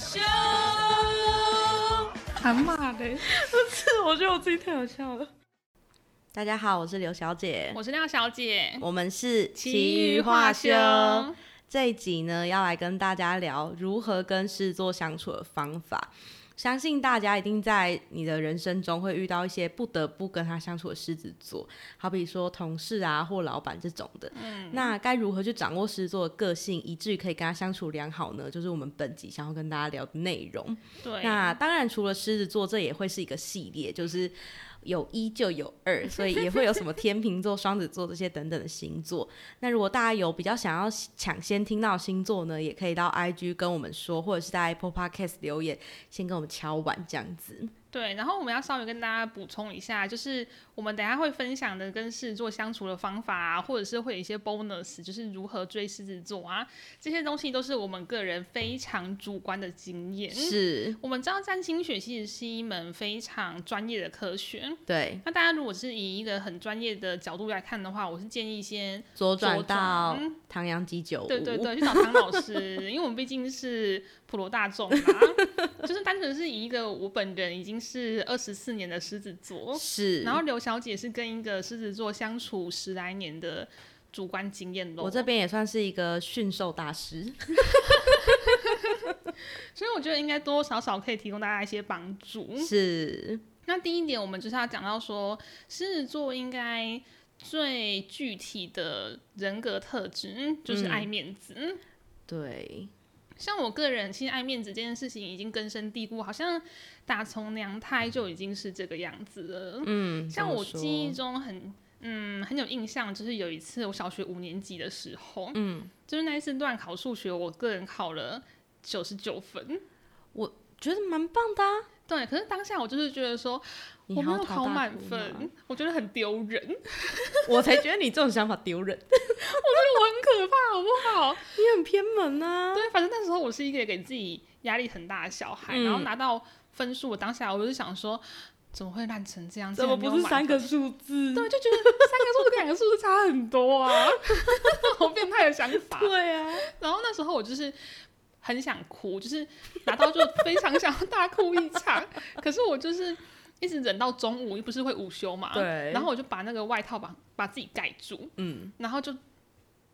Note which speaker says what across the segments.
Speaker 1: 笑。
Speaker 2: 喊骂的。
Speaker 1: 我觉得我自己太好笑了。
Speaker 3: 大家好，我是刘小姐，
Speaker 1: 我是廖小姐，
Speaker 3: 我们是
Speaker 1: 奇
Speaker 3: 奇
Speaker 1: 遇
Speaker 3: 遇
Speaker 1: 画
Speaker 3: 画
Speaker 1: 休
Speaker 3: 休。这一集呢，要来跟大家聊如何跟狮子座相处的方法。相信大家一定在你的人生中会遇到一些不得不跟他相处的狮子座，好比说同事啊或老板这种的。那该如何去掌握狮子座的个性，以至于可以跟他相处良好呢？就是我们本集想要跟大家聊的内容。
Speaker 1: 对，
Speaker 3: 那当然，除了狮子座，这也会是一个系列，就是有一就有二，所以也会有什么天秤座、双子座这些等等的星座。那如果大家有比较想要抢先听到星座呢，也可以到 IG 跟我们说，或者是在 Apple Podcast 留言，先跟我们敲碗这样子。
Speaker 1: 对，然后我们要稍微跟大家补充一下，就是我们等一下会分享的跟狮子座相处的方法啊，或者是会有一些 bonus，就是如何追狮子座啊，这些东西都是我们个人非常主观的经验。
Speaker 3: 是，
Speaker 1: 我们知道占星学其实是一门非常专业的科学。
Speaker 3: 对，
Speaker 1: 那大家如果是以一个很专业的角度来看的话，我是建议先
Speaker 3: 左
Speaker 1: 左
Speaker 3: 转
Speaker 1: 转
Speaker 3: 到
Speaker 1: 嗯
Speaker 3: 唐扬鸡酒屋，
Speaker 1: 对对对，去找唐老师，因为我们毕竟是普罗大众嘛， 就是单纯是以一个我本人已经是二十四年的狮子座，
Speaker 3: 是。
Speaker 1: 哦然后刘小姐是跟一个狮子座相处十来年的主观经验咯。
Speaker 3: 我这边也算是一个驯兽 大师，
Speaker 1: 所以我觉得应该多多少少可以提供大家一些帮助。
Speaker 3: 是
Speaker 1: 那第一点，我们就是要讲到说，狮子座应该最具体的人格特质嗯就是爱面子。嗯
Speaker 3: 对，
Speaker 1: 像我个人，其实爱面子这件事情已经根深蒂固，好像打从娘胎就已经是这个样子了。
Speaker 3: 嗯，
Speaker 1: 像
Speaker 3: 怎么
Speaker 1: 我
Speaker 3: 说
Speaker 1: 记忆中很。嗯，很有印象，就是有一次我小学五年级的时候，嗯，就是那一次乱考数学，我个人考了九十九分，
Speaker 3: 觉得蛮 棒的啊、
Speaker 1: 对。可是当下我就是觉得说，
Speaker 3: 你
Speaker 1: 我没
Speaker 3: 好
Speaker 1: 有
Speaker 3: 讨
Speaker 1: 考
Speaker 3: 大
Speaker 1: 满
Speaker 3: 福嘛
Speaker 1: 分，我觉得很丢人，
Speaker 3: 我才觉得你这种想法丢人，
Speaker 1: 很可怕，好不好？
Speaker 3: 你很偏门啊。
Speaker 1: 对，反正那时候我是一个给自己压力很大的小孩，然后
Speaker 3: 嗯
Speaker 1: 拿到分数，我当下我就想说，怎么会烂成这样？
Speaker 3: 怎
Speaker 1: 竟
Speaker 3: 么
Speaker 1: 然没有
Speaker 3: 不是
Speaker 1: 满
Speaker 3: 三个
Speaker 1: 分？
Speaker 3: 数字？
Speaker 1: 对，就觉得三个数字跟两个数字差很多 啊，好变态的想法。
Speaker 3: 对啊，
Speaker 1: 然后那时候我就是很想哭，就是拿到就非常想要大哭一场，可是我就是一直忍到中午，不是会午休嘛？
Speaker 3: 对
Speaker 1: 然后我就把那个外套把把自己盖住，
Speaker 3: 嗯，
Speaker 1: 然后就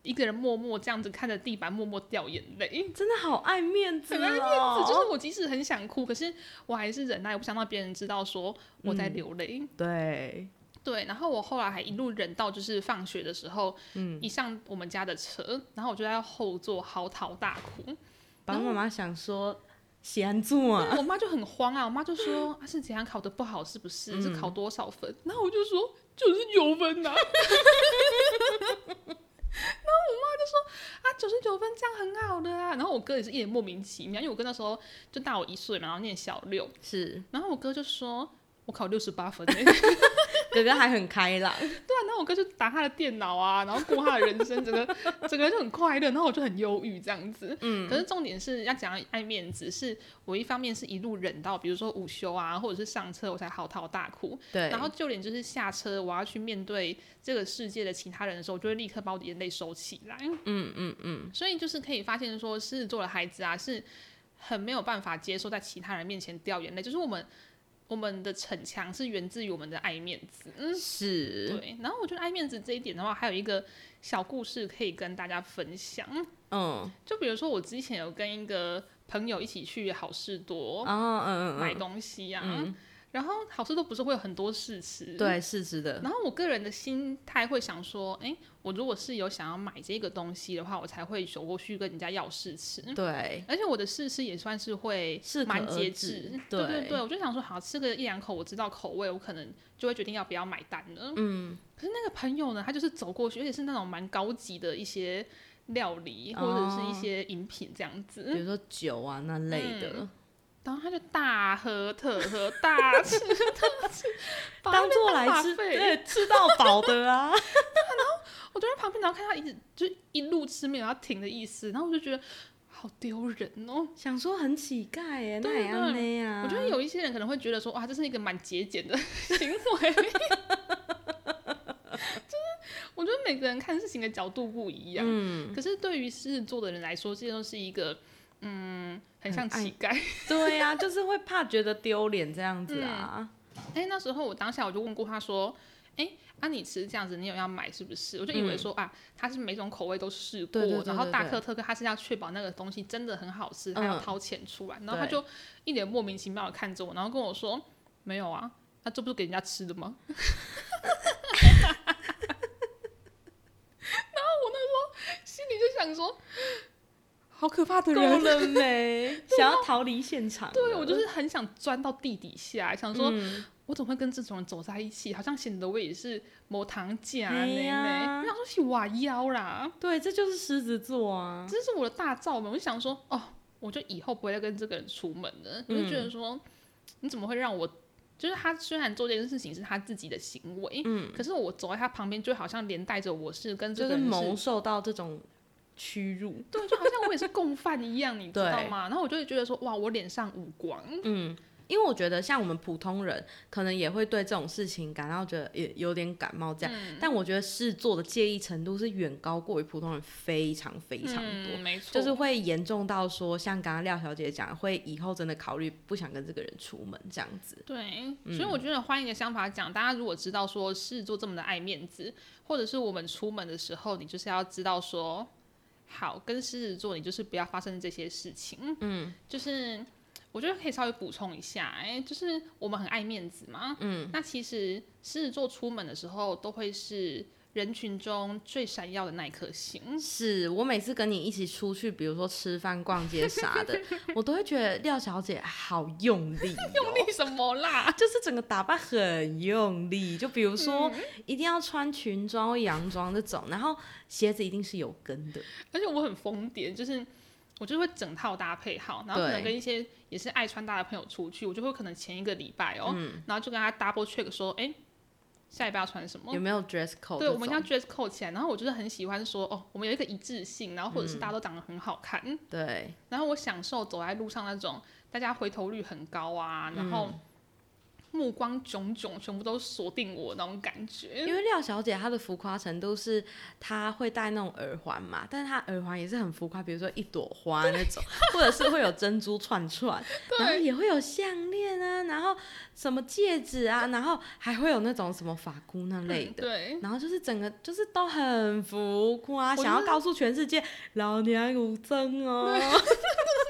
Speaker 1: 一个人默默这样子看着地板，默默掉眼泪。
Speaker 3: 真的好爱面子、哦，
Speaker 1: 很爱面子，就是我即使很想哭，可是我还是忍耐，我不想让别人知道说我
Speaker 3: 嗯
Speaker 1: 在流泪。
Speaker 3: 对，
Speaker 1: 对，然后我后来还一路忍到就是放学的时候，嗯，一上我们家的车，然后我就在后座嚎啕大哭。
Speaker 3: 爸爸妈妈想说喜安住啊，
Speaker 1: 我妈就很慌啊，我妈就说、啊、是怎样考的不好，是不是？是
Speaker 3: 嗯
Speaker 1: 考多少分？然后我就说九十九分呐、 然后我妈就说啊，九十九分这样很好的啊。然后我哥也是一脸莫名其妙，因为我哥那时候就大我一岁嘛，然后念小六，
Speaker 3: 是
Speaker 1: 然后我哥就说。我考六十八分、欸，对
Speaker 3: 哥哥还很开朗，
Speaker 1: 啊，然后我哥就打他的电脑啊，然后过他的人生，整个整个人就很快乐，然后我就很忧郁这样子。嗯，可是重点是要讲爱面子，是我一方面是一路忍到，比如说午休啊，或者是上车，我才嚎啕大哭。
Speaker 3: 对，
Speaker 1: 然后就连就是下车，我要去面对这个世界的其他人的时候，我就会立刻把我的眼泪收起来。
Speaker 3: 嗯嗯嗯，
Speaker 1: 所以就是可以发现说，狮子座的孩子啊，是很没有办法接受在其他人面前掉眼泪，就是我们我们的逞强是源自于我们的爱面子。嗯，
Speaker 3: 是，
Speaker 1: 对。然后我觉得爱面子这一点的话，还有一个小故事可以跟大家分享。
Speaker 3: 嗯，
Speaker 1: 就比如说我之前有跟一个朋友一起去好事多
Speaker 3: 哦嗯
Speaker 1: 买
Speaker 3: 嗯
Speaker 1: 东西啊，
Speaker 3: 嗯
Speaker 1: 然后好事多不是会有很多试吃？
Speaker 3: 嗯，。对，是是的，
Speaker 1: 然后我个人的心态会想说，哎，我如果是有想要买这个东西的话，我才会走过去跟人家要试吃。
Speaker 3: 嗯对，
Speaker 1: 而且我的试吃也算是会
Speaker 3: 适可
Speaker 1: 蛮
Speaker 3: 而
Speaker 1: 节
Speaker 3: 止
Speaker 1: 制，
Speaker 3: 对
Speaker 1: 对对，我就想说，好吃个一两口，我知道口味，我可能就会决定要不要买单了。嗯，可是那个朋友呢，他就是走过去，而且是那种蛮高级的一些料理或者是一些饮品这样子，
Speaker 3: 比如说酒啊那类的，
Speaker 1: 然后他就大喝特喝，大吃特吃，把
Speaker 3: 当做来
Speaker 1: 那边当
Speaker 3: 吃，
Speaker 1: 把费
Speaker 3: 对，吃到饱的 啊，
Speaker 1: 我就在旁边，然后看他一直就一路吃面，然后停的意思，然后我就觉得好丢人哦。
Speaker 3: 想说很乞丐哎，那
Speaker 1: 对
Speaker 3: 也安内啊，
Speaker 1: 我觉得有一些人可能会觉得说，哇，这是一个蛮节俭的 行为。就是我觉得
Speaker 3: 嗯
Speaker 1: 每个人看事情的角度不一样，可是对于狮子座的人来说，这都是一个嗯很像乞丐。
Speaker 3: 对呀、就是会怕觉得丢脸这样子啊。
Speaker 1: 哎、那时候我当下我就问过他说：“哎、啊，你吃这样子，你有要买是不是？”我就以为说、啊，他是每种口味都试过，
Speaker 3: 嗯对对对
Speaker 1: 然后
Speaker 3: 对
Speaker 1: 大
Speaker 3: 对嗯
Speaker 1: 客特客，他是要确保那个东西真的很好吃，他要掏钱出来。然后他
Speaker 3: 对
Speaker 1: 就一脸莫名其妙的看着我，然后跟我说：“没有啊，那、这不是给人家吃的吗？” 然后我那时候心里就想说，好可怕的
Speaker 3: 够
Speaker 1: 人。
Speaker 3: 了 没？想要逃离现场了。嗯
Speaker 1: 对，我就是很想钻到地底下，想说我怎么会跟这种人走在一起？好像显得我也是某堂家
Speaker 3: 哎
Speaker 1: 呢
Speaker 3: 呀
Speaker 1: 呢。我想说是哇腰啦，
Speaker 3: 对，这就是狮子座啊。
Speaker 1: 这是我的大罩门。我就想说，哦，我就以后不会再跟这个人出门了。我就觉得
Speaker 3: 嗯
Speaker 1: 说，你怎么会让我？就是他虽然做这件事情是他自己的行为，嗯，可是我走在他旁边，就好像连带着我是跟这
Speaker 3: 就
Speaker 1: 个
Speaker 3: 是
Speaker 1: 人
Speaker 3: 蒙受到这种屈辱。
Speaker 1: 对，就好像我也是共犯一样，你知道
Speaker 3: 对
Speaker 1: 吗？然后我就会觉得说，哇，我脸上无光，
Speaker 3: 因为我觉得像我们普通人，可能也会对这种事情感到觉得也有点感冒这样，但我觉得狮子座的介意程度是远高过于普通人非常非常多，
Speaker 1: 嗯没错，
Speaker 3: 就是会严重到说，像刚刚廖小姐讲，会以后真的考虑不想跟这个人出门这样子。
Speaker 1: 对，所以我觉得换一个想法讲，大家如果知道说狮子座这么的爱面子，或者是我们出门的时候，你就是要知道说，好，跟狮子座你就是不要发生这些事情。嗯，就是我觉得可以稍微补充一下，哎、就是我们很爱面子嘛。嗯，那其实狮子座出门的时候都会是人群中最闪耀的那一颗星。
Speaker 3: 是我每次跟你一起出去，比如说吃饭、逛街啥的， 我都会觉得廖小姐好用力、哦 用
Speaker 1: 为什么啦？
Speaker 3: 就是整个打扮很用力，就比如说
Speaker 1: 嗯
Speaker 3: 一定要穿裙装或洋装这种，然后鞋子一定是有跟的，
Speaker 1: 而且我很疯癫，就是我就会整套搭配好，然后
Speaker 3: 对
Speaker 1: 可能跟一些也是爱穿搭的朋友出去，我就会可能前一个礼拜哦，
Speaker 3: 嗯
Speaker 1: 然后就跟他 double check 说，哎、下礼拜要穿什么
Speaker 3: 有？没有 dress code？
Speaker 1: 哦对，我们
Speaker 3: 这
Speaker 1: 要
Speaker 3: 种
Speaker 1: dress code 起来。然后我就是很喜欢说，哦，我们有一个一致性，然后或者是大家都长得很好看，
Speaker 3: 嗯对，
Speaker 1: 然后我享受走在路上那种大家回头率很高啊，然后
Speaker 3: 嗯
Speaker 1: 目光炯炯，全部都锁定我那种感觉。
Speaker 3: 因为廖小姐她的浮夸程度是她会戴那种耳环嘛，但是她耳环也是很浮夸，比如说一朵花那种， 或者是会有珍珠串串，然后也会有项链啊，然后什么戒指啊，然后还会有那种什么发箍那类
Speaker 1: 嗯
Speaker 3: 的。
Speaker 1: 对，
Speaker 3: 然后就是整个就是都很浮夸，
Speaker 1: 我觉得
Speaker 3: 想要告诉全世界老娘有真 哦，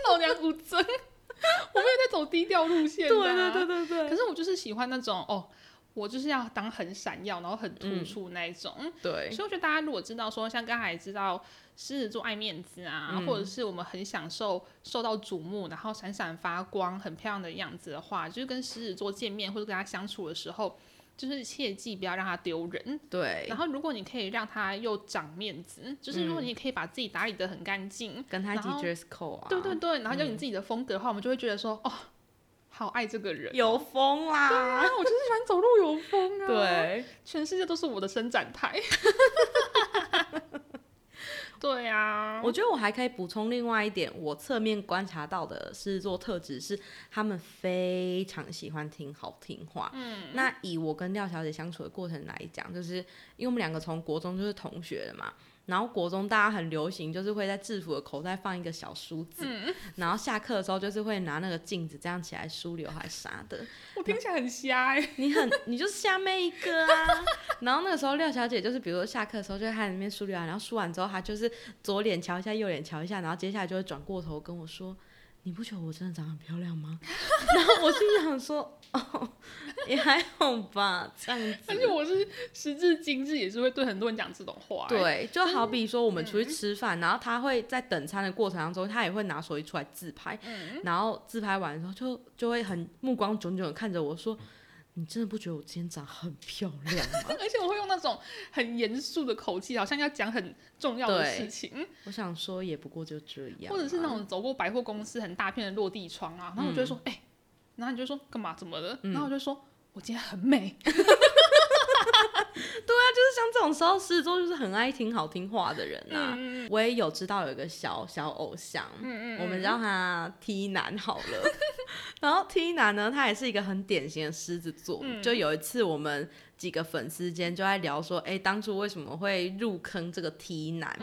Speaker 1: 老娘无真， 我没有在走低调路线、
Speaker 3: 对
Speaker 1: 的啊
Speaker 3: 对对对对
Speaker 1: 可是我就是喜欢那种哦，我就是要当很闪耀，然后很突出那一种。嗯
Speaker 3: 对，
Speaker 1: 所以我觉得大家如果知道说，像刚才知道狮子座爱面子啊，或者是我们很享受受到瞩目，然后闪闪发光、很漂亮的样子的话，就是跟狮子座见面或者跟他相处的时候，就是切记不要让他丢人。
Speaker 3: 对
Speaker 1: 然，后如果你可以让他又长面子，就是如果你可以把自己打理得很干净，
Speaker 3: 跟他一起
Speaker 1: 然后
Speaker 3: dress code 啊，
Speaker 1: 对对，对，然后有你自己的风格的话，我们就会觉得说，哦，好爱这个人。
Speaker 3: 有风啦，
Speaker 1: 啊，我就是喜欢走路有风啊。，
Speaker 3: 对，
Speaker 1: 全世界都是我的伸展台。 对啊，
Speaker 3: 我觉得我还可以补充另外一点，我侧面观察到的狮子座特质是，他们非常喜欢听好听话。嗯，那以我跟廖小姐相处的过程来讲，就是因为我们两个从国中就是同学了嘛。然后国中大家很流行，就是会在制服的口袋放一个小梳子，然后下课的时候就是会拿那个镜子这样起来梳刘海啥的。
Speaker 1: 我听起来很瞎哎、
Speaker 3: 你很， 你就是瞎妹一个啊。然后那个时候廖小姐就是，比如说下课的时候就会在那边梳刘海，然后梳完之后她就是左脸瞧一下，右脸瞧一下，然后接下来就会转过头跟我说：“你不觉得我真的长得很漂亮吗？” 然后我心里想说：“哦，也还好吧，这样
Speaker 1: 而且
Speaker 3: 子。”
Speaker 1: 我是时至今日也是会对很多人讲这种话、欸。
Speaker 3: 对，啊就好比说我们出去吃饭，然后她会在等餐的过程当中，她也会拿手机出来自拍，然后自拍完之后就就会很目光炯炯地看着我说：“你真的不觉得我今天长得很漂亮吗？”
Speaker 1: 而且我会用那种很严肃的口气，好像要讲很重要的
Speaker 3: 对
Speaker 1: 事情，
Speaker 3: 我想说，也不过就这样啊，
Speaker 1: 或者是那种走过百货公司很大片的落地窗
Speaker 3: 嗯
Speaker 1: 啊，然后我就会说，哎、然后你就说干嘛？怎么了？然后我就说，我今天很美。
Speaker 3: 像这种时候，狮子座就是很爱听好听话的人啊。我也有知道有一个小小偶像，我们叫他 T 男好了。然后 T 男呢，他也是一个很典型的狮子座。就有一次我们几个粉丝间就在聊说，哎、当初为什么会入坑这个 T 男？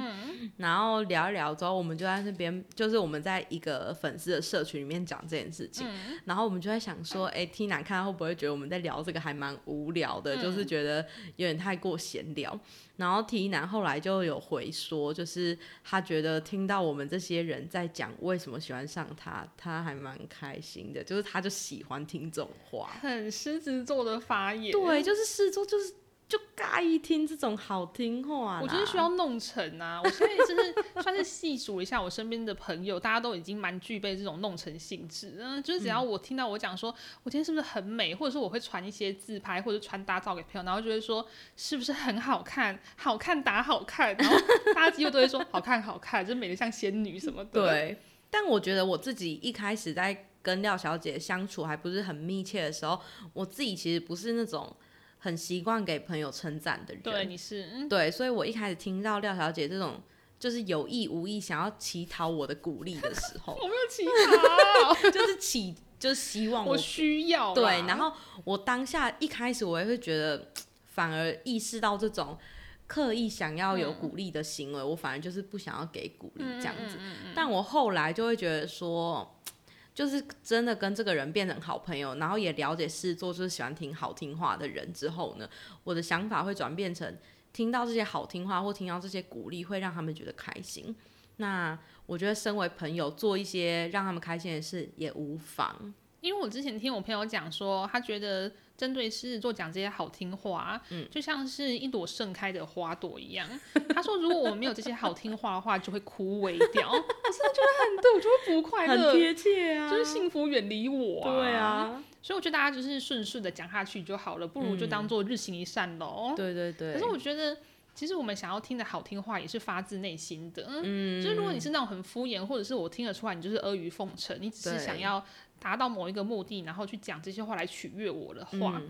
Speaker 3: 然后聊一聊之后，我们就在那边，就是我们在一个粉丝的社群里面讲这件事情，然后我们就在想说，哎、t 男看他会不会觉得我们在聊这个还蛮无聊的，就是觉得有点太过闲聊。然后 T 男后来就有回说，就是他觉得听到我们这些人在讲为什么喜欢上他，他还蛮开心的，就是他就喜欢听这种话。
Speaker 1: 很狮子座的发言。
Speaker 3: 对，就是狮子座，就是就该听这种好听话啦。
Speaker 1: 我觉得需要弄成啊！我现在就是 算是细数一下我身边的朋友，大家都已经蛮具备这种弄成性质。嗯，就是只要我听到我讲说，我今天是不是很美，或者说我会传一些自拍或者穿搭照给朋友，然后就会说是不是很好看，好看打好看，然后大家几乎都会说好看好看，就是美得像仙女什么的。，
Speaker 3: 对，但我觉得我自己一开始在跟廖小姐相处还不是很密切的时候，我自己其实不是那种很习惯给朋友称赞的人。
Speaker 1: 对，你是嗯，
Speaker 3: 对，所以我一开始听到廖小姐这种就是有意无意想要乞讨我的鼓励的时候，
Speaker 1: 我没有其他，
Speaker 3: 就是乞就是希 望
Speaker 1: 啊我需要啦。
Speaker 3: 对，然后我当下一开始我也会觉得，反而意识到这种刻意想要有
Speaker 1: 嗯
Speaker 3: 鼓励的行为，我反而就是不想要给鼓励这样子。
Speaker 1: 嗯
Speaker 3: 但我后来就会觉得说，就是真的跟这个人变成好朋友，然后也了解事做就是喜欢听好听话的人之后呢，我的想法会转变成听到这些好听话或听到这些鼓励，会让他们觉得开心。那我觉得，身为朋友，做一些让他们开心的事也无妨。
Speaker 1: 因为我之前听我朋友讲说，他觉得针对狮子座讲这些好听话，
Speaker 3: 嗯
Speaker 1: 就像是一朵盛开的花朵一样。他说，如果我们没有这些好听话的话，就会枯萎掉。我真的觉得很对，我就会不快乐，
Speaker 3: 切啊
Speaker 1: 就是幸福远离我、
Speaker 3: 对，啊，
Speaker 1: 所以我觉得大家就是顺势的讲下去就好了，不如就当
Speaker 3: 嗯
Speaker 1: 做日行一善喽。
Speaker 3: 对对对。
Speaker 1: 可是我觉得，其实我们想要听的好听话也是发自内心的。嗯，就是如果你是那种很敷衍，或者是我听得出来你就是阿谀奉承，你只是
Speaker 3: 对
Speaker 1: 想要达到某一个目的，然后去讲这些话来取悦我的话，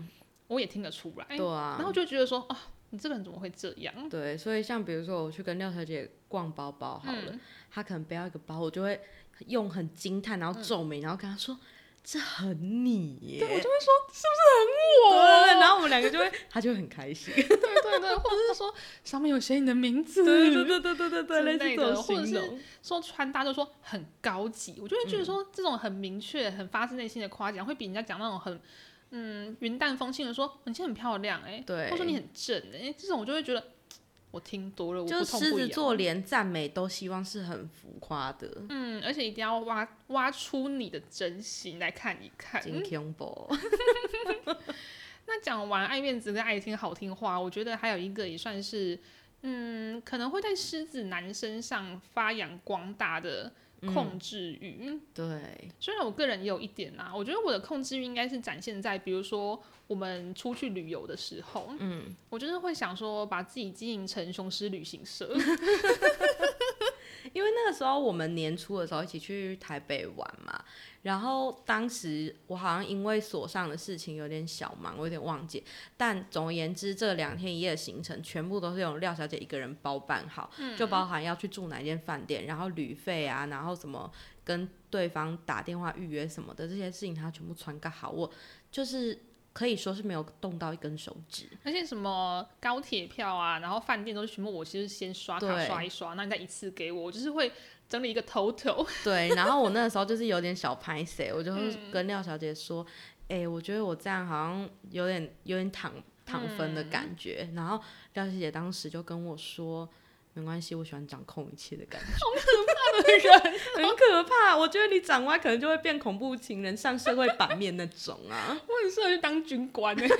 Speaker 1: 我也听得出来。
Speaker 3: 对啊，
Speaker 1: 然后就觉得说，哦，你这个人怎么会这样？
Speaker 3: 对，所以像比如说我去跟廖小姐逛包包好了，她可能不要一个包，我就会用很惊叹，然后皱眉，然后跟她说。这很你耶，嗯对我就会说是不是很我？然后我们两个就会，她就会很开心。
Speaker 1: 对对对，或者是说上面有写你的名字，
Speaker 3: 对对对对
Speaker 1: 之
Speaker 3: 类
Speaker 1: 类
Speaker 3: 似
Speaker 1: 的
Speaker 3: 这种
Speaker 1: 或者
Speaker 3: 形
Speaker 1: 是
Speaker 3: 容。
Speaker 1: 说穿搭就说很高级，我就会觉得
Speaker 3: 嗯
Speaker 1: 说这种很明确、很发自内心的夸奖，会比人家讲那种很嗯云淡风轻的说哦你今天很漂亮哎、欸，
Speaker 3: 对
Speaker 1: 或者说你很正哎、欸，这种我就会觉得嘖我听多了，我
Speaker 3: 就
Speaker 1: 不
Speaker 3: 是
Speaker 1: 痛
Speaker 3: 狮
Speaker 1: 不
Speaker 3: 子
Speaker 1: 痒。
Speaker 3: 座连赞美都希望是很浮夸的，
Speaker 1: 嗯，而且一定要挖挖出你的真心来看一看。
Speaker 3: 金 combo。
Speaker 1: 那讲完爱面子跟爱听好听话，我觉得还有一个也算是，嗯，可能会在狮子男身上发扬光大的
Speaker 3: 嗯
Speaker 1: 控制欲。
Speaker 3: 对，
Speaker 1: 虽然我个人也有一点啦、我觉得我的控制欲应该是展现在，比如说我们出去旅游的时候，嗯，我就是会想说把自己经营成雄狮旅行社，
Speaker 3: 因为那个时候我们年初的时候一起去台北玩嘛，然后当时我好像因为所上的事情有点小忙，我有点忘记。但总而言之，这两天一夜的行程全部都是由廖小姐一个人包办好，就包含要去住哪间饭店，然后旅费啊，然后什么跟对方打电话预约什么的这些事情，她全部传给好我，就是可以说是没有动到一根手指。
Speaker 1: 而且什么高铁票啊，然后饭店都是全部我其实先刷卡
Speaker 3: 对
Speaker 1: 刷一刷，那你再一次给我，我就是会整理一个 total，
Speaker 3: 对，然后我那个时候就是有点小拍谁，我就会跟廖小姐说，哎、我觉得我这样好像有点有点躺躺分的感觉。然后廖小姐当时就跟我说。没关系，我喜欢掌控一切的感觉， 好可怕！我觉得你长歪可能就会变恐怖情人上社会版面那种啊。
Speaker 1: 我很适合去当军官欸 就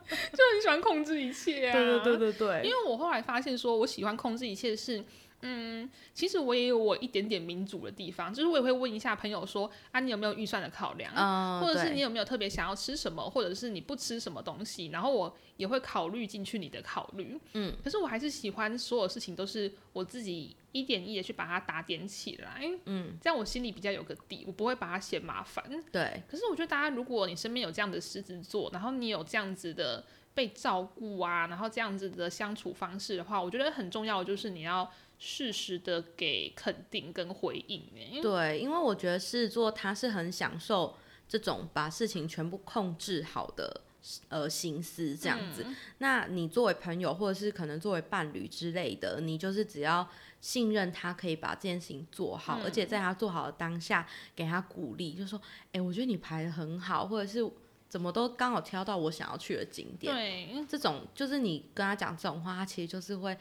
Speaker 1: 很喜欢控制一切啊，
Speaker 3: 对对对对
Speaker 1: 因
Speaker 3: 对，
Speaker 1: 为我后来发现，说我喜欢控制一切是，嗯，其实我也有我一点点民主的地方，就是我也会问一下朋友说，啊，你有没有预算的考量，
Speaker 3: 嗯，
Speaker 1: 或者是
Speaker 3: 对
Speaker 1: 你有没有特别想要吃什么，或者是你不吃什么东西，然后我也会考虑进去你的考虑。嗯，可是我还是喜欢所有事情都是我自己一点一的去把它打点起来，嗯，这样我心里比较有个底，我不会把它嫌麻烦。
Speaker 3: 对
Speaker 1: 可是我觉得大家，如果你身边有这样的狮子座，然后你有这样子的被照顾啊，然后这样子的相处方式的话，我觉得很重要的就是你要适时的给肯定跟回应欸。
Speaker 3: 对，因为我觉得狮子座他是很享受这种把事情全部控制好的呃心思这样子。那你作为朋友，或者是可能作为伴侣之类的，你就是只要信任他可以把这件事情做好，而且在他做好的当下给他鼓励，就说：“哎、我觉得你排的很好，或者是怎么都刚好挑到我想要去的景点。”
Speaker 1: 对，
Speaker 3: 这种就是你跟他讲这种话，他其实就是会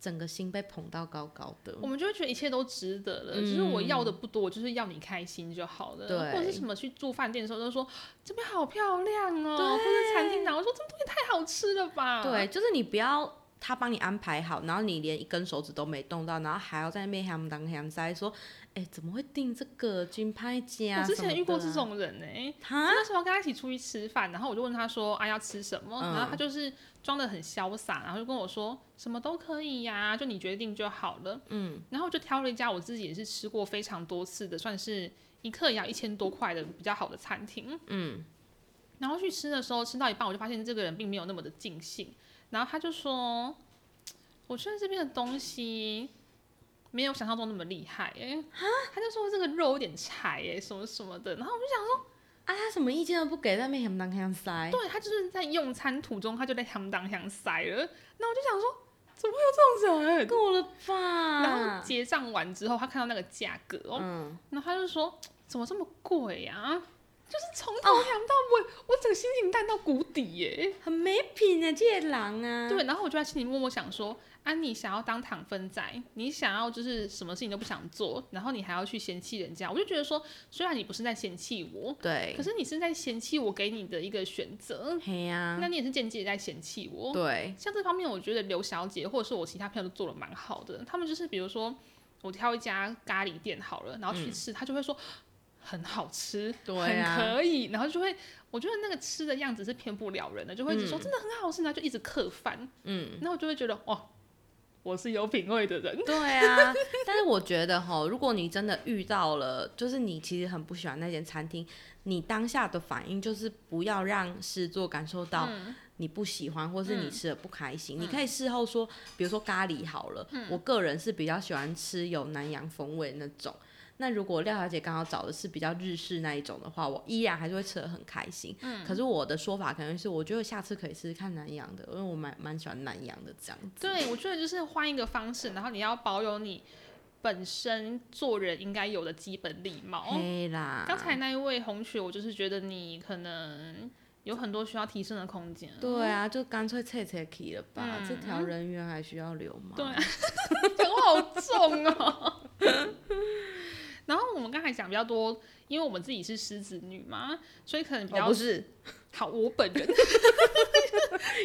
Speaker 3: 整个心被捧到高高的。
Speaker 1: 我们就会觉得一切都值得了。就是我要的不多，我就是要你开心就好了。
Speaker 3: 对
Speaker 1: 或者是什么去住饭店的时候，都说这边好漂亮哦，或者餐厅哪，我说这东西太好吃了吧。
Speaker 3: 对，就是你不要他帮你安排好，然后你连一根手指都没动到，然后还要在那边ham 当 ham 塞说，哎、怎么会订这个军拍家？
Speaker 1: 我之前遇过这
Speaker 3: 这，
Speaker 1: 种人呢、
Speaker 3: 啊
Speaker 1: 欸
Speaker 3: 哈，
Speaker 1: 那时候跟他一起出去吃饭，然后我就问他说：“啊，要吃什么？”
Speaker 3: 嗯
Speaker 1: 然后他就是装的很潇洒，然后就跟我说：“什么都可以呀、就你决定就好了。”嗯，然后我就挑了一家我自己也是吃过非常多次的，算是一克也要一千多块的比较好的餐厅。嗯，然后去吃的时候，吃到一半我就发现这个人并没有那么的尽兴，然后他就说：“我觉得这边的东西。”没有想象中那么厉害哎、他就说这个肉有点柴哎、什么什么的，然后。
Speaker 3: 啊，他什么意见都不给，在那边 ham 当 ham 塞。
Speaker 1: 对他就是在用餐途中，他就在他们当想塞了。那我就想说，怎么会有这种人？
Speaker 3: 够了
Speaker 1: 然
Speaker 3: 吧
Speaker 1: 后？结账完之后，他看到那个价格哦，
Speaker 3: 嗯，
Speaker 1: 然后他就说：“怎么这么贵啊？”就是从
Speaker 3: 哦
Speaker 1: 头想到尾，我整个心情淡到谷底耶。
Speaker 3: 很没品啊，这个狼啊。
Speaker 1: 对，然后我就在心里默默想说：“啊，你想要当躺分仔，你想要就是什么事情都不想做，然后你还要去嫌弃人家。”我就觉得说，虽然你不是在嫌弃我，
Speaker 3: 对
Speaker 1: 可，是你是在嫌弃我给你的一个选择，
Speaker 3: 嘿呀、
Speaker 1: 那你也是间接在嫌弃我。
Speaker 3: 对，
Speaker 1: 像这方面，我觉得刘小姐或者是我其他朋友都做的蛮好的。他们就是比如说，我挑一家咖喱店好了，然后去吃，他就会说很好吃，
Speaker 3: 嗯对啊
Speaker 1: 很可以，然后就会，我觉得那个吃的样子是骗不了人的，就会一直
Speaker 3: 嗯
Speaker 1: 说、真的很好吃，然后就一直客饭，嗯，然后我就会觉得哦，我是有品味的人，
Speaker 3: 对啊，但是我觉得哈， 如果你真的遇到了，就是你其实很不喜欢那间餐厅，你当下的反应就是不要让狮座感受到
Speaker 1: 嗯
Speaker 3: 你不喜欢，或是你吃的不开心。你可以事后说，比如说咖喱好了，
Speaker 1: 嗯
Speaker 3: 我个人是比较喜欢吃有南洋风味那种。那如果廖小姐刚好找的是比较日式那一种的话，我依然还是会吃的很开心。
Speaker 1: 嗯
Speaker 3: 可是我的说法可能是，我觉得下次可以试试看南洋的，因为我蛮蛮喜欢南洋的这样子。
Speaker 1: 对我觉得就是换一个方式，然后你要保有你本身做人应该有的基本礼貌，哦
Speaker 3: 嘿啦，
Speaker 1: 刚才那一位红雪，我就是觉得你可能有很多需要提升的空间。
Speaker 3: 对啊，就干脆切切起了吧，这条人缘还需要留
Speaker 1: 嗯
Speaker 3: 吗？
Speaker 1: 对 啊，讲话 好重哦。 然后我们刚才讲比较多，因为我们自己是狮子女嘛，所以可能比
Speaker 3: 哦
Speaker 1: 较、
Speaker 3: 不是，
Speaker 1: 好。我本 人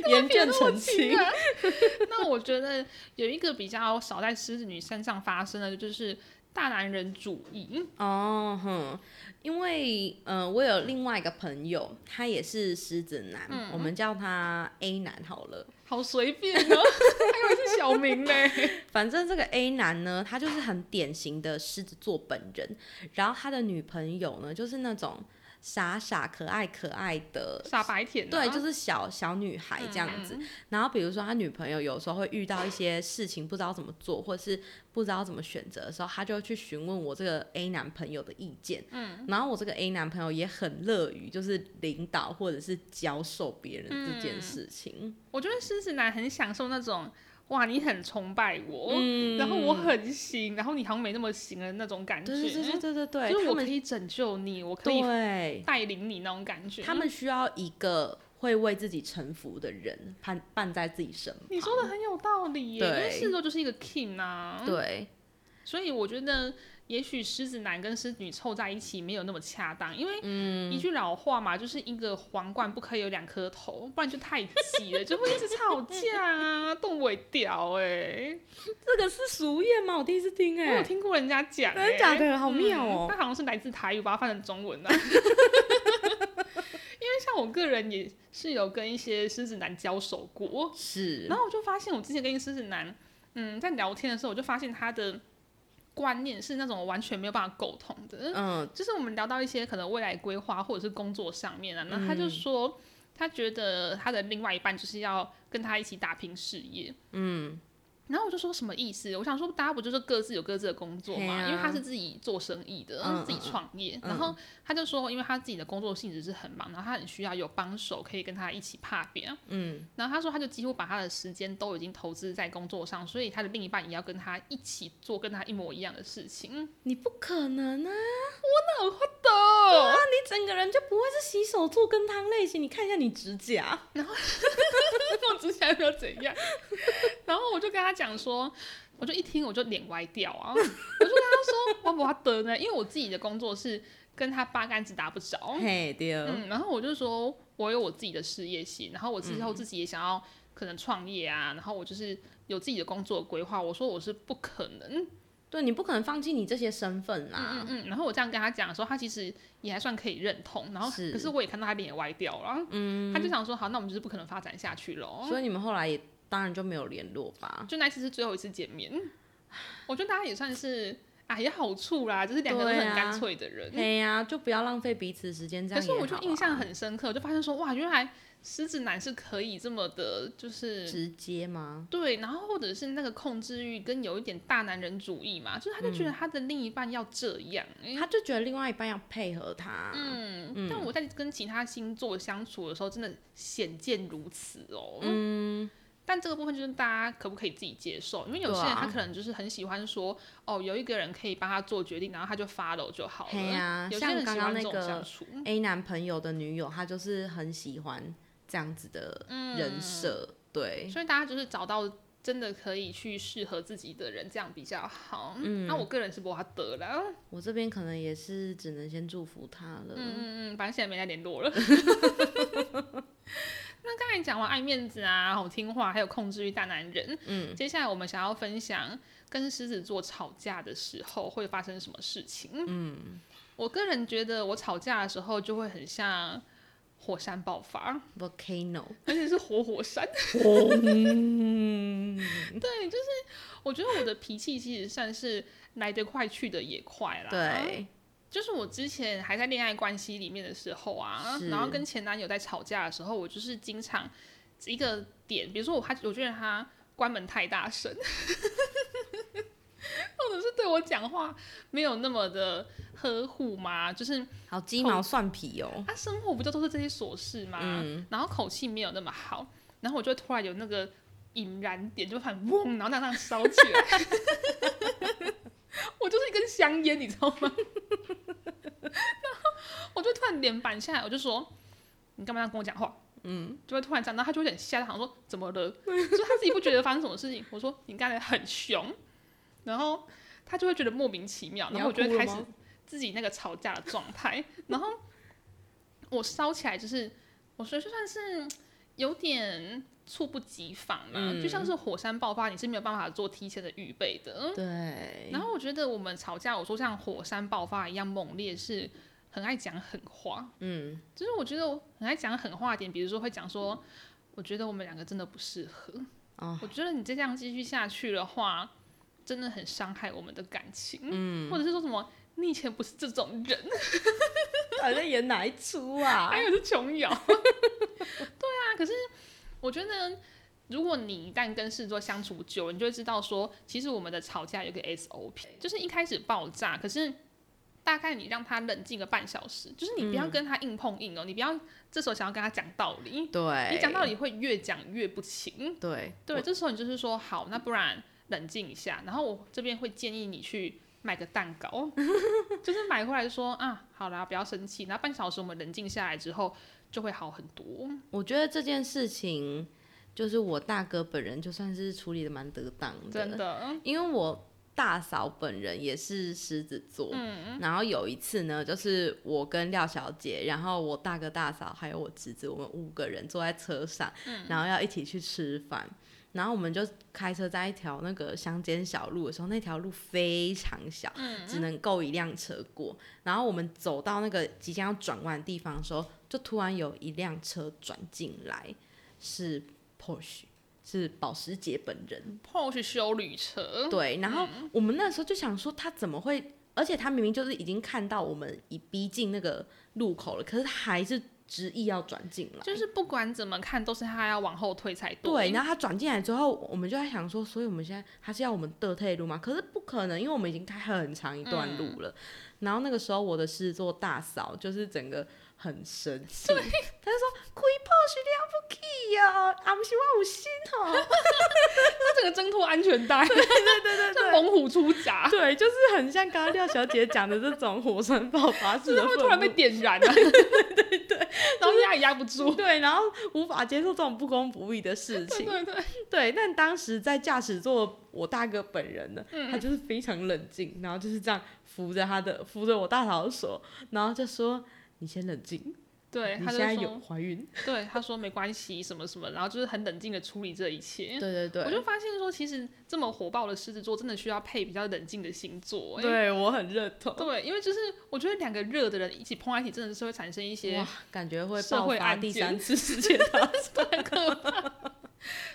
Speaker 3: 严正澄
Speaker 1: 亲
Speaker 3: 清。
Speaker 1: 啊， 那我觉得有一个比较少在狮子女身上发生的，就是大男人主义。
Speaker 3: 哦哼，因为呃，我有另外一个朋友，他也是狮子男，
Speaker 1: 嗯
Speaker 3: 我们叫他 A 男好了。
Speaker 1: 好随便 哦，还以为是小明呢。
Speaker 3: 反正这个 A 男呢，他就是很典型的狮子座本人，然后他的女朋友呢，就是那种傻傻可爱可爱的
Speaker 1: 傻白甜、啊。嗯
Speaker 3: 对，就是小小女孩这样子。然后比如说他女朋友有时候会遇到一些事情不知道怎么做，或是不知道怎么选择的时候，他就会去询问我这个 A 男朋友的意见。嗯，然后我这个 A 男朋友也很乐于就是领导或者是教授别人这件事情。
Speaker 1: 嗯我觉得狮子男很享受那种，哇，你很崇拜我，
Speaker 3: 嗯
Speaker 1: 然后我很行，然后你好像没那么行的那种感觉，
Speaker 3: 对对对对对对对，
Speaker 1: 就是
Speaker 3: 他
Speaker 1: 我可
Speaker 3: 们
Speaker 1: 以拯救你，我可以
Speaker 3: 对
Speaker 1: 带领你那种感觉。
Speaker 3: 他们需要一个会为自己臣服的人伴伴在自己身旁。
Speaker 1: 你说的很有道理耶，因为
Speaker 3: 对
Speaker 1: 狮子座就是一个 king 啊，
Speaker 3: 对，
Speaker 1: 所以我觉得也许狮子男跟狮子女凑在一起没有那么恰当，因为
Speaker 3: 嗯
Speaker 1: 一句老话嘛，就是一个皇冠不可以有两颗头，不然就太挤了，就会一直吵架啊， 动尾屌哎、
Speaker 3: 这个是俗谚吗？我第一次听哎、
Speaker 1: 我有听过人家讲、欸，
Speaker 3: 真的假的好妙哦
Speaker 1: 它好像是来自台语，把它翻成中文的、啊 因为像我个人也是有跟一些狮子男交手过，
Speaker 3: 嗯是
Speaker 1: 然后我就发现我之前跟一个狮子男，嗯，在聊天的时候，我就发现他的观念是那种完全没有办法沟通的。
Speaker 3: 嗯，
Speaker 1: 就是我们聊到一些可能未来规划或者是工作上面啊，那他就说、他觉得他的另外一半就是要跟他一起打拼事业，嗯，然后我就说什么意思？我想说，大家不就是各自有各自的工作
Speaker 3: 嘿
Speaker 1: 吗？
Speaker 3: 啊嗯
Speaker 1: 因为他是自己做生意的，他是自己创业。然后他就说，因为他自己的工作性质是很忙，然后他很需要有帮手可以跟他一起怕边。
Speaker 3: 嗯，
Speaker 1: 然后他说，他就几乎把他的时间都已经投资在工作上，所以他的另一半也要跟他一起做跟他一模一样的事情。
Speaker 3: 你不可能啊！
Speaker 1: 哦，
Speaker 3: 你整个人就不会是洗手做羹汤类型。你看一下你指甲，
Speaker 1: 我之前没有怎样。然后我就跟他讲说，我就一听我就脸歪掉啊，我就跟他说我不得呢，因为我自己的工作是跟他八竿子打不着。
Speaker 3: 嘿对，
Speaker 1: 嗯，然后我就说我有我自己的事业心，然后我之后自己也想要可能创业啊，然后我就是有自己的工作规划。我说我是不可能，
Speaker 3: 对你不可能放弃你这些身份啦。
Speaker 1: 嗯嗯。然后我这样跟他讲的时候，他其实也还算可以认同，然后
Speaker 3: 是
Speaker 1: 可是我也看到他脸也歪掉了，嗯，他就想说好，那我们就是不可能发展下去喽。
Speaker 3: 所以你们后来也当然就没有联络吧？
Speaker 1: 就那一次是最后一次见面，我觉得大家也算是啊也好处啦，就是两个都
Speaker 3: 对
Speaker 1: 很
Speaker 3: 啊
Speaker 1: 干脆的人。
Speaker 3: 嘿呀、就不要浪费彼此时间，
Speaker 1: 嗯
Speaker 3: 这
Speaker 1: 可
Speaker 3: 样
Speaker 1: 是我
Speaker 3: 也
Speaker 1: 就
Speaker 3: 好
Speaker 1: 印
Speaker 3: 啊
Speaker 1: 象很深刻，我就发现说哇，原来狮子男是可以这么的，就是
Speaker 3: 直接吗？
Speaker 1: 对，然后或者是那个控制欲跟有一点大男人主义嘛，就是他就觉
Speaker 3: 嗯
Speaker 1: 得他的另一半要这样、欸
Speaker 3: 他就觉得另外一半要配合他，
Speaker 1: 嗯，但我在跟其他星座相处的时候，真的显见如此哦。嗯，但这个部分就是大家可不可以自己接受？因为有
Speaker 3: 对
Speaker 1: 些
Speaker 3: 啊
Speaker 1: 人他可能就是很喜欢说，哦，有一个人可以帮他做决定，然后他就 follow 就好了。
Speaker 3: 嘿呀
Speaker 1: 有些
Speaker 3: 像
Speaker 1: 人
Speaker 3: 刚
Speaker 1: 喜欢
Speaker 3: 刚那
Speaker 1: 这种
Speaker 3: 个
Speaker 1: 相处。嗯
Speaker 3: A 男朋友的女友，她就是很喜欢这样子的人设，对，
Speaker 1: 所以大家就是找到真的可以去适合自己的人，这样比较好。嗯，那我个人是不怕得啦。
Speaker 3: 我这边可能也是只能先祝福他了。
Speaker 1: 嗯嗯嗯，反正现在没再联 络了。那刚才讲完爱面子啊、好听话，还有控制欲大男人，嗯，接下来我们想要分享跟狮子座吵架的时候会发生什么事情。嗯，我个人觉得我吵架的时候就会很像火山爆发，
Speaker 3: Volcano，
Speaker 1: 而且是活火 山。对，就是我觉得我的脾气其实算是来得快去得也快啦。
Speaker 3: 对，
Speaker 1: 就是我之前还在恋爱关系里面的时候啊
Speaker 3: 是，
Speaker 1: 然后跟前男友在吵架的时候，我就是经常一个点，比如说我他，我觉得他关门太大声， 或者是对我讲话没有那么的呵护嘛，就是
Speaker 3: 好鸡毛蒜皮哦，
Speaker 1: 他生活不就都是这些琐事嘛，然后口气没有那么好，然后我就突然有那个引燃点，就很 嗡，然后那样烧起来。我就是一根香烟，你知道吗？ 然后我就突然脸板下来，我就说：“你干嘛要跟我讲话？”嗯，就会突然讲，然后他就有点吓，他好像说：“怎么了？” 就是他自己不觉得发生什么事情。我说：“你刚才很凶。”然后他就会觉得莫名其妙，
Speaker 3: 你
Speaker 1: 然
Speaker 3: 要
Speaker 1: 后我就
Speaker 3: 哭
Speaker 1: 会
Speaker 3: 了
Speaker 1: 开始
Speaker 3: 吗
Speaker 1: 自己那个吵架的状态，然后我烧起来就是，我说就算是有点猝不及防嘛，
Speaker 3: 嗯
Speaker 1: 就像是火山爆发，你是没有办法做提前的预备的。
Speaker 3: 嗯对，
Speaker 1: 然后我觉得我们吵架，我说像火山爆发一样猛烈，是很爱讲狠话。
Speaker 3: 嗯，
Speaker 1: 就是我觉得我很爱讲狠话的点，比如说会讲说，我觉得我们两个真的不适合。
Speaker 3: 哦
Speaker 1: 我觉得你再这样继续下去的话，真的很伤害我们的感情。嗯，或者是说什么，你以前不是这种人。
Speaker 3: 到底在演哪一出啊
Speaker 1: 还？有是琼瑶。 对啊，可是我觉得，如果你一旦跟狮子座相处久，你就会知道说，其实我们的吵架有一个 SOP，就是一开始爆炸，可是。大概你让他冷静个半小时，就是你不要跟他硬碰硬哦，你不要这时候想要跟他讲道理，
Speaker 3: 对，
Speaker 1: 你讲道理会越讲越不情。
Speaker 3: 对
Speaker 1: 对，这时候你就是说好，那不然冷静一下，然后我这边会建议你去买个蛋 糕，就是买回来说啊，好啦，不要生气，然后半小时我们冷静下来之后就会好很多。
Speaker 3: 我觉得这件事情，就是我大哥本人就算是处理的蛮得当的，
Speaker 1: 真的，
Speaker 3: 因为我大嫂本人也是狮子座，然后有一次呢，就是我跟廖小姐，然后我大哥大嫂还有我侄子，我们五个人坐在车上，然后要一起去吃饭。然后我们就开车在一条那个乡间小路的时候，那条路非常小，只能够一辆车过。然后我们走到那个即将要转弯的地方的时候，就突然有一辆车转进来，是 Porsche，是保时捷本人。
Speaker 1: 碰去修旅车，
Speaker 3: 对，然后我们那时候就想说，他怎么会？而且他明明就是已经看到我们已逼近那个路口了，可是他还是执意要转进来。
Speaker 1: 就是不管怎么看，都是他要往后退才
Speaker 3: 对，
Speaker 1: 因为
Speaker 3: 然后他转进来之后，我们就在想说，所以我们现在他是要我们得退路吗？可是不可能，因为我们已经开很长一段路嗯了。然后那个时候我的狮子座大嫂就是整个很生气，她就说：“亏 push 了不起哦，俺们希望有心哦。
Speaker 1: 他整个挣脱安全带， 对对对对，猛虎出”闸，
Speaker 3: 对，就是很像刚刚廖小姐讲的这种火山爆发
Speaker 1: 就是
Speaker 3: 式 的
Speaker 1: 会
Speaker 3: 愤
Speaker 1: 突然被
Speaker 3: 怒。
Speaker 1: 点燃 了、啊，对对对，然后压也压不住，
Speaker 3: 对，然后无法接受这种不公不义的事
Speaker 1: 对
Speaker 3: 情。
Speaker 1: 对对，
Speaker 3: 对，但当时在驾驶座，我大哥本人呢，
Speaker 1: 嗯
Speaker 3: 他就是非常冷静，然后就是这样扶着他的扶着我大嫂的手，然后就说：“你先冷静，
Speaker 1: 对，
Speaker 3: 你
Speaker 1: 他
Speaker 3: 现在
Speaker 1: 就
Speaker 3: 有
Speaker 1: 说，
Speaker 3: 怀孕。
Speaker 1: 对，他说没关系，什么什么，然后就是很冷静的处理这一”切。
Speaker 3: 对对
Speaker 1: 我，就发现说，其实这么火爆的狮子座，真的需要配比较冷静的星座、欸。
Speaker 3: 对我很认同。
Speaker 1: 对，因为就是我觉得两个热的人一起碰在一起，真的是会产生一些
Speaker 3: 哇，感觉会
Speaker 1: 社
Speaker 3: 爆
Speaker 1: 会
Speaker 3: 发
Speaker 1: 案
Speaker 3: 第
Speaker 1: 件
Speaker 3: 三次 世界大战。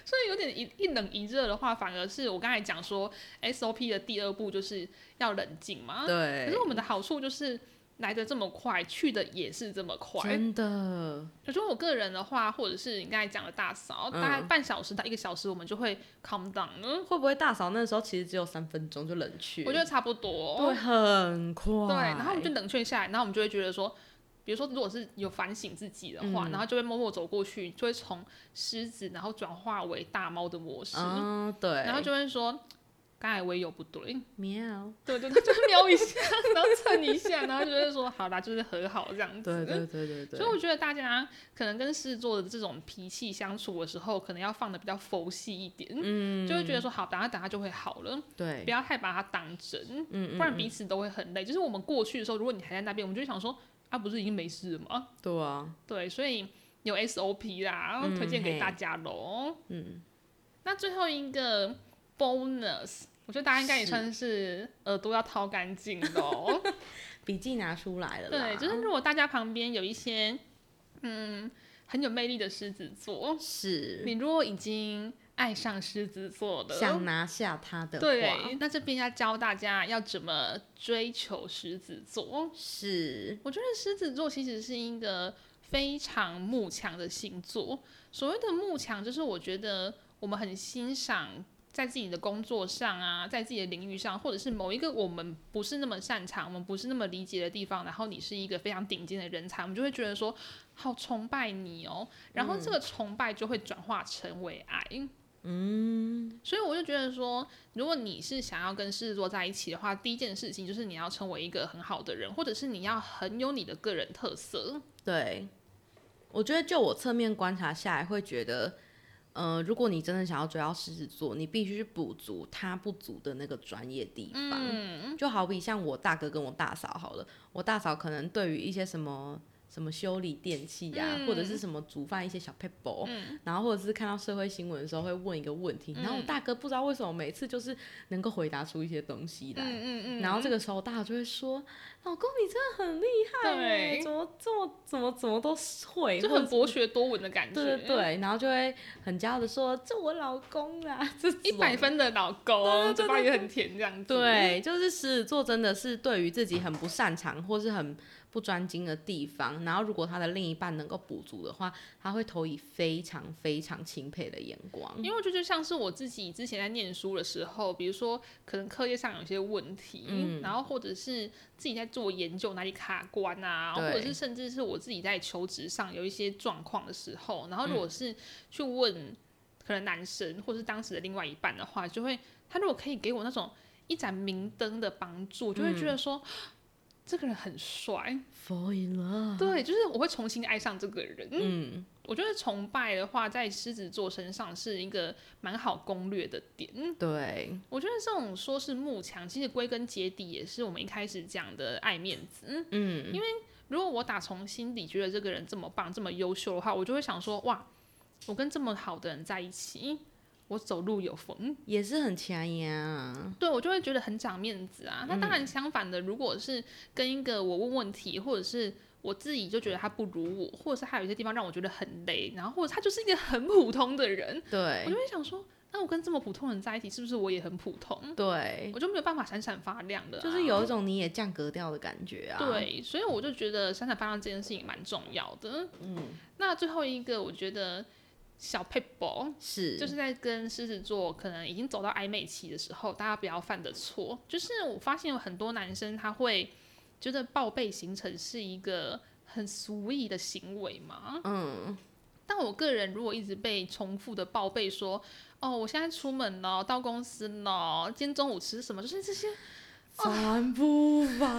Speaker 1: 所以有点一一冷一热的话，反而是我刚才讲说 SOP 的第二步就是要冷静嘛。可
Speaker 3: 对
Speaker 1: 是，我们的好处就是来的这么快，去的也是这么快。
Speaker 3: 真的，
Speaker 1: 我觉得我个人的话，或者是你刚才讲的大嫂，
Speaker 3: 嗯
Speaker 1: 大概半小时到一个小时，我们就会 calm down 了。
Speaker 3: 会不会大嫂那时候其实只有三分钟就冷却？
Speaker 1: 嗯我觉得差不多。
Speaker 3: 对，很快。
Speaker 1: 对，然后我们就冷却下来，然后我们就会觉得说，比如说，如果是有反省自己的话，然
Speaker 3: 嗯
Speaker 1: 后就会默默走过去，就会从狮子，然后转化为大猫的模式，
Speaker 3: 嗯，对，
Speaker 1: 然后就会说，刚才我也有不对，
Speaker 3: 喵，
Speaker 1: 对对对，就是瞄一下，然后蹭一下，然后就会说，好啦，就是和好这样子。
Speaker 3: 对对对对对
Speaker 1: 所以。我觉得大家可能跟狮子座的这种脾气相处的时候，可能要放的比较佛系一点，嗯，就会觉得说好，等他等他就会好了，
Speaker 3: 对
Speaker 1: 不要太把它当真，
Speaker 3: 嗯
Speaker 1: 不然彼此都会很累。就是我们过去的时候，如果你还在那边，我们就会想说啊，不是已经没事了吗？
Speaker 3: 对啊，
Speaker 1: 对，所以有 SOP 啦，
Speaker 3: 嗯
Speaker 1: 推荐给大家喽。嗯，那最后一个 bonus，我觉得大家应该也
Speaker 3: 是
Speaker 1: 算是耳朵要掏干净喽。
Speaker 3: 笔记拿出来了啦。
Speaker 1: 对，就是如果大家旁边有一些嗯很有魅力的狮子座，
Speaker 3: 是
Speaker 1: 你如果已经爱上狮子座了。
Speaker 3: 想拿下他的话，
Speaker 1: 对，那这边要教大家要怎么追求狮子座。
Speaker 3: 是
Speaker 1: 我觉得狮子座其实是一个非常慕强的星座。所谓的慕强，就是我觉得我们很欣赏在自己的工作上啊，在自己的领域上，或者是某一个我们不是那么擅长、我们不是那么理解的地方，然后你是一个非常顶尖的人才，我们就会觉得说好崇拜你哦。然后这
Speaker 3: 嗯
Speaker 1: 个崇拜就会转化成为爱。嗯，所以我就觉得说，如果你是想要跟狮子座在一起的话，第一件事情就是你要成为一个很好的人，或者是你要很有你的个人特色。
Speaker 3: 对。我觉得就我侧面观察下来，会觉得，呃，如果你真的想要追到狮子座，你必须去补足他不足的那个专业地方。嗯、就好比像我大哥跟我大嫂好了，我大嫂可能对于一些什么。什么修理电器啊，或者是什么煮饭一些小 p a p e 然后或者是看到社会新闻的时候会问一个问题，然后我大哥不知道为什么每次就是能够回答出一些东西来，
Speaker 1: 嗯
Speaker 3: 然后这个时候我大家就会说：“老公，你真的很厉害欸，
Speaker 1: 对
Speaker 3: 怎么这么怎么怎么都会，
Speaker 1: 就
Speaker 3: 或
Speaker 1: 很
Speaker 3: 者
Speaker 1: 博学多闻的感觉，
Speaker 3: 对对对。”然后就会很骄傲的说：“这我老公啦，这
Speaker 1: 一百。
Speaker 3: 这种”
Speaker 1: 分的老公，嘴巴也很甜这样子。，
Speaker 3: 对，就是狮子座真的是对于自己很不擅长或是很不专精的地方，然后如果他的另一半能够补足的话，他会投以非常非常钦佩的眼光。
Speaker 1: 因为我觉得就像是我自己之前在念书的时候，比如说可能课业上有些问题，
Speaker 3: 嗯
Speaker 1: 然后或者是自己在做研究哪里卡关啊，
Speaker 3: 对
Speaker 1: 或者是甚至是我自己在求职上有一些状况的时候，然后如果
Speaker 3: 嗯
Speaker 1: 是去问可能男生或是当时的另外一半的话，就会他如果可以给我那种一盏明灯的帮助，我就会觉得说。这个人很帅，
Speaker 3: 嗯 Fall in love，
Speaker 1: 对，就是我会重新爱上这个人。
Speaker 3: 嗯，
Speaker 1: 我觉得崇拜的话，在狮子座身上是一个蛮好攻略的点。嗯
Speaker 3: 对，
Speaker 1: 我觉得这种说是慕强，其实归根结底也是我们一开始讲的爱面子。
Speaker 3: 嗯，
Speaker 1: 如果我打从心底觉得这个人这么棒、这么优秀的话，我就会想说，哇，我跟这么好的人在一起，我走路有风。
Speaker 3: 也是很强呀，
Speaker 1: 对我就会觉得很长面子啊。那
Speaker 3: 嗯
Speaker 1: 当然，相反的，如果是跟一个我问问题，或者是我自己就觉得他不如我，或者是他有一些地方让我觉得很累，然后或者他就是一个很普通的人，
Speaker 3: 对
Speaker 1: 我就，会想说，那我跟这么普通人在一起，是不是我也很普通？
Speaker 3: 对，啊
Speaker 1: 我就没有办法闪闪发亮的、啊
Speaker 3: 就是有一。种你也降格调的感觉啊。，
Speaker 1: 对，所以我就觉得闪闪发亮这件事情蛮重要的。嗯，那最后一个，我觉得小 p a p e
Speaker 3: 是，
Speaker 1: 就是在跟狮子座可能已经走到暧昧期的时候，大家不要犯的错，就是我发现有很多男生他会觉得报备行程是一个很 sweet 的行为嘛。嗯。但我个人如果一直被重复的报备说，哦，我现在出门了，到公司了，今天中午吃什么，就是这些
Speaker 3: 烦不烦？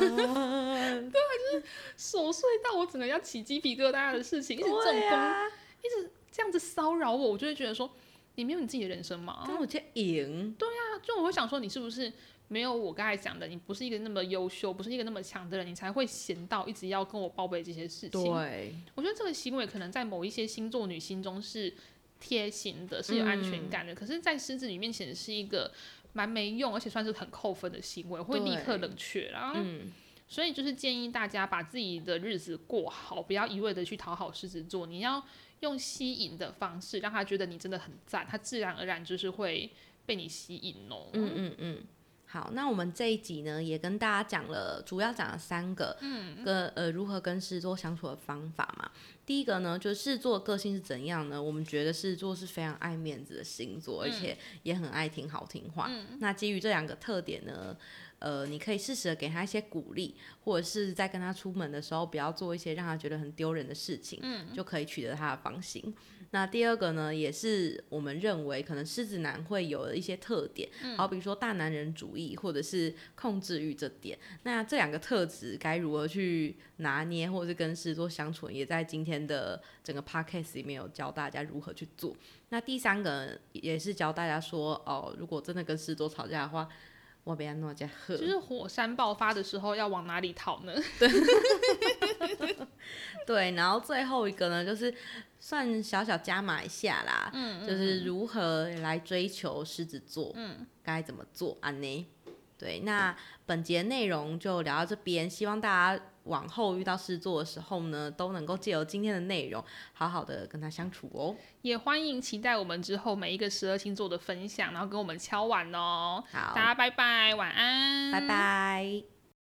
Speaker 1: 琐碎到我整个要起鸡皮疙瘩的事情，一直这种
Speaker 3: 对
Speaker 1: 东、
Speaker 3: 啊
Speaker 1: 这样子骚扰我，我就会觉得说，你没有你自己的人生吗？
Speaker 3: 跟我去赢，
Speaker 1: 啊就我会想说，你是不是没有我刚才讲的，你不是一个那么优秀，不是一个那么强的人，你才会闲到一直要跟我报备这些事情。
Speaker 3: 对，
Speaker 1: 我觉得这个行为可能在某一些星座女心中是贴心的，是有安全感
Speaker 3: 嗯
Speaker 1: 的，可是，在狮子里面显示一个蛮没用，而且算是很扣分的行为，会立刻冷却啦。
Speaker 3: 嗯，
Speaker 1: 所以就是建议大家把自己的日子过好，不要一味的去讨好狮子座，你要用吸引的方式让他觉得你真的很赞，他自然而然就是会被你吸引哦。
Speaker 3: 嗯嗯嗯。好，那我们这一集呢，也跟大家讲了，主要讲了三个，嗯，跟呃如何跟狮子座相处的方法嘛。第一个呢，就是狮子座的个性是怎样呢？我们觉得狮子座是非常爱面子的星座，而且也很爱听好听话。那基于这两个特点呢，呃，你可以适时的给他一些鼓励，或者是在跟他出门的时候，不要做一些让他觉得很丢人的事情，就可以取得他的芳心。那第二个呢，也是我们认为可能狮子男会有的一些特点，好比说大男人主义或者是控制欲这点。那这两个特质该如何去拿捏，或者是跟狮子座相处，也在今天的整个 podcast 里面有教大家如何去做。那第三个也是教大家说，哦，如果真的跟狮子座吵架的话，我不要诺加喝。
Speaker 1: 就是火山爆发的时候要往哪里逃呢？
Speaker 3: 对，然后最后一个呢，就是算小小加码一下啦，嗯，就是如何来追求狮子座，嗯，该怎么做啊呢？对，那本节内容就聊到这边，希望大家往后遇到狮子座的时候呢，都能够借由今天的内容，好好的跟他相处哦。
Speaker 1: 也欢迎期待我们之后每一个十二星座的分享，然后跟我们敲碗哦。
Speaker 3: 好，
Speaker 1: 大家拜拜，晚安，
Speaker 3: 拜拜。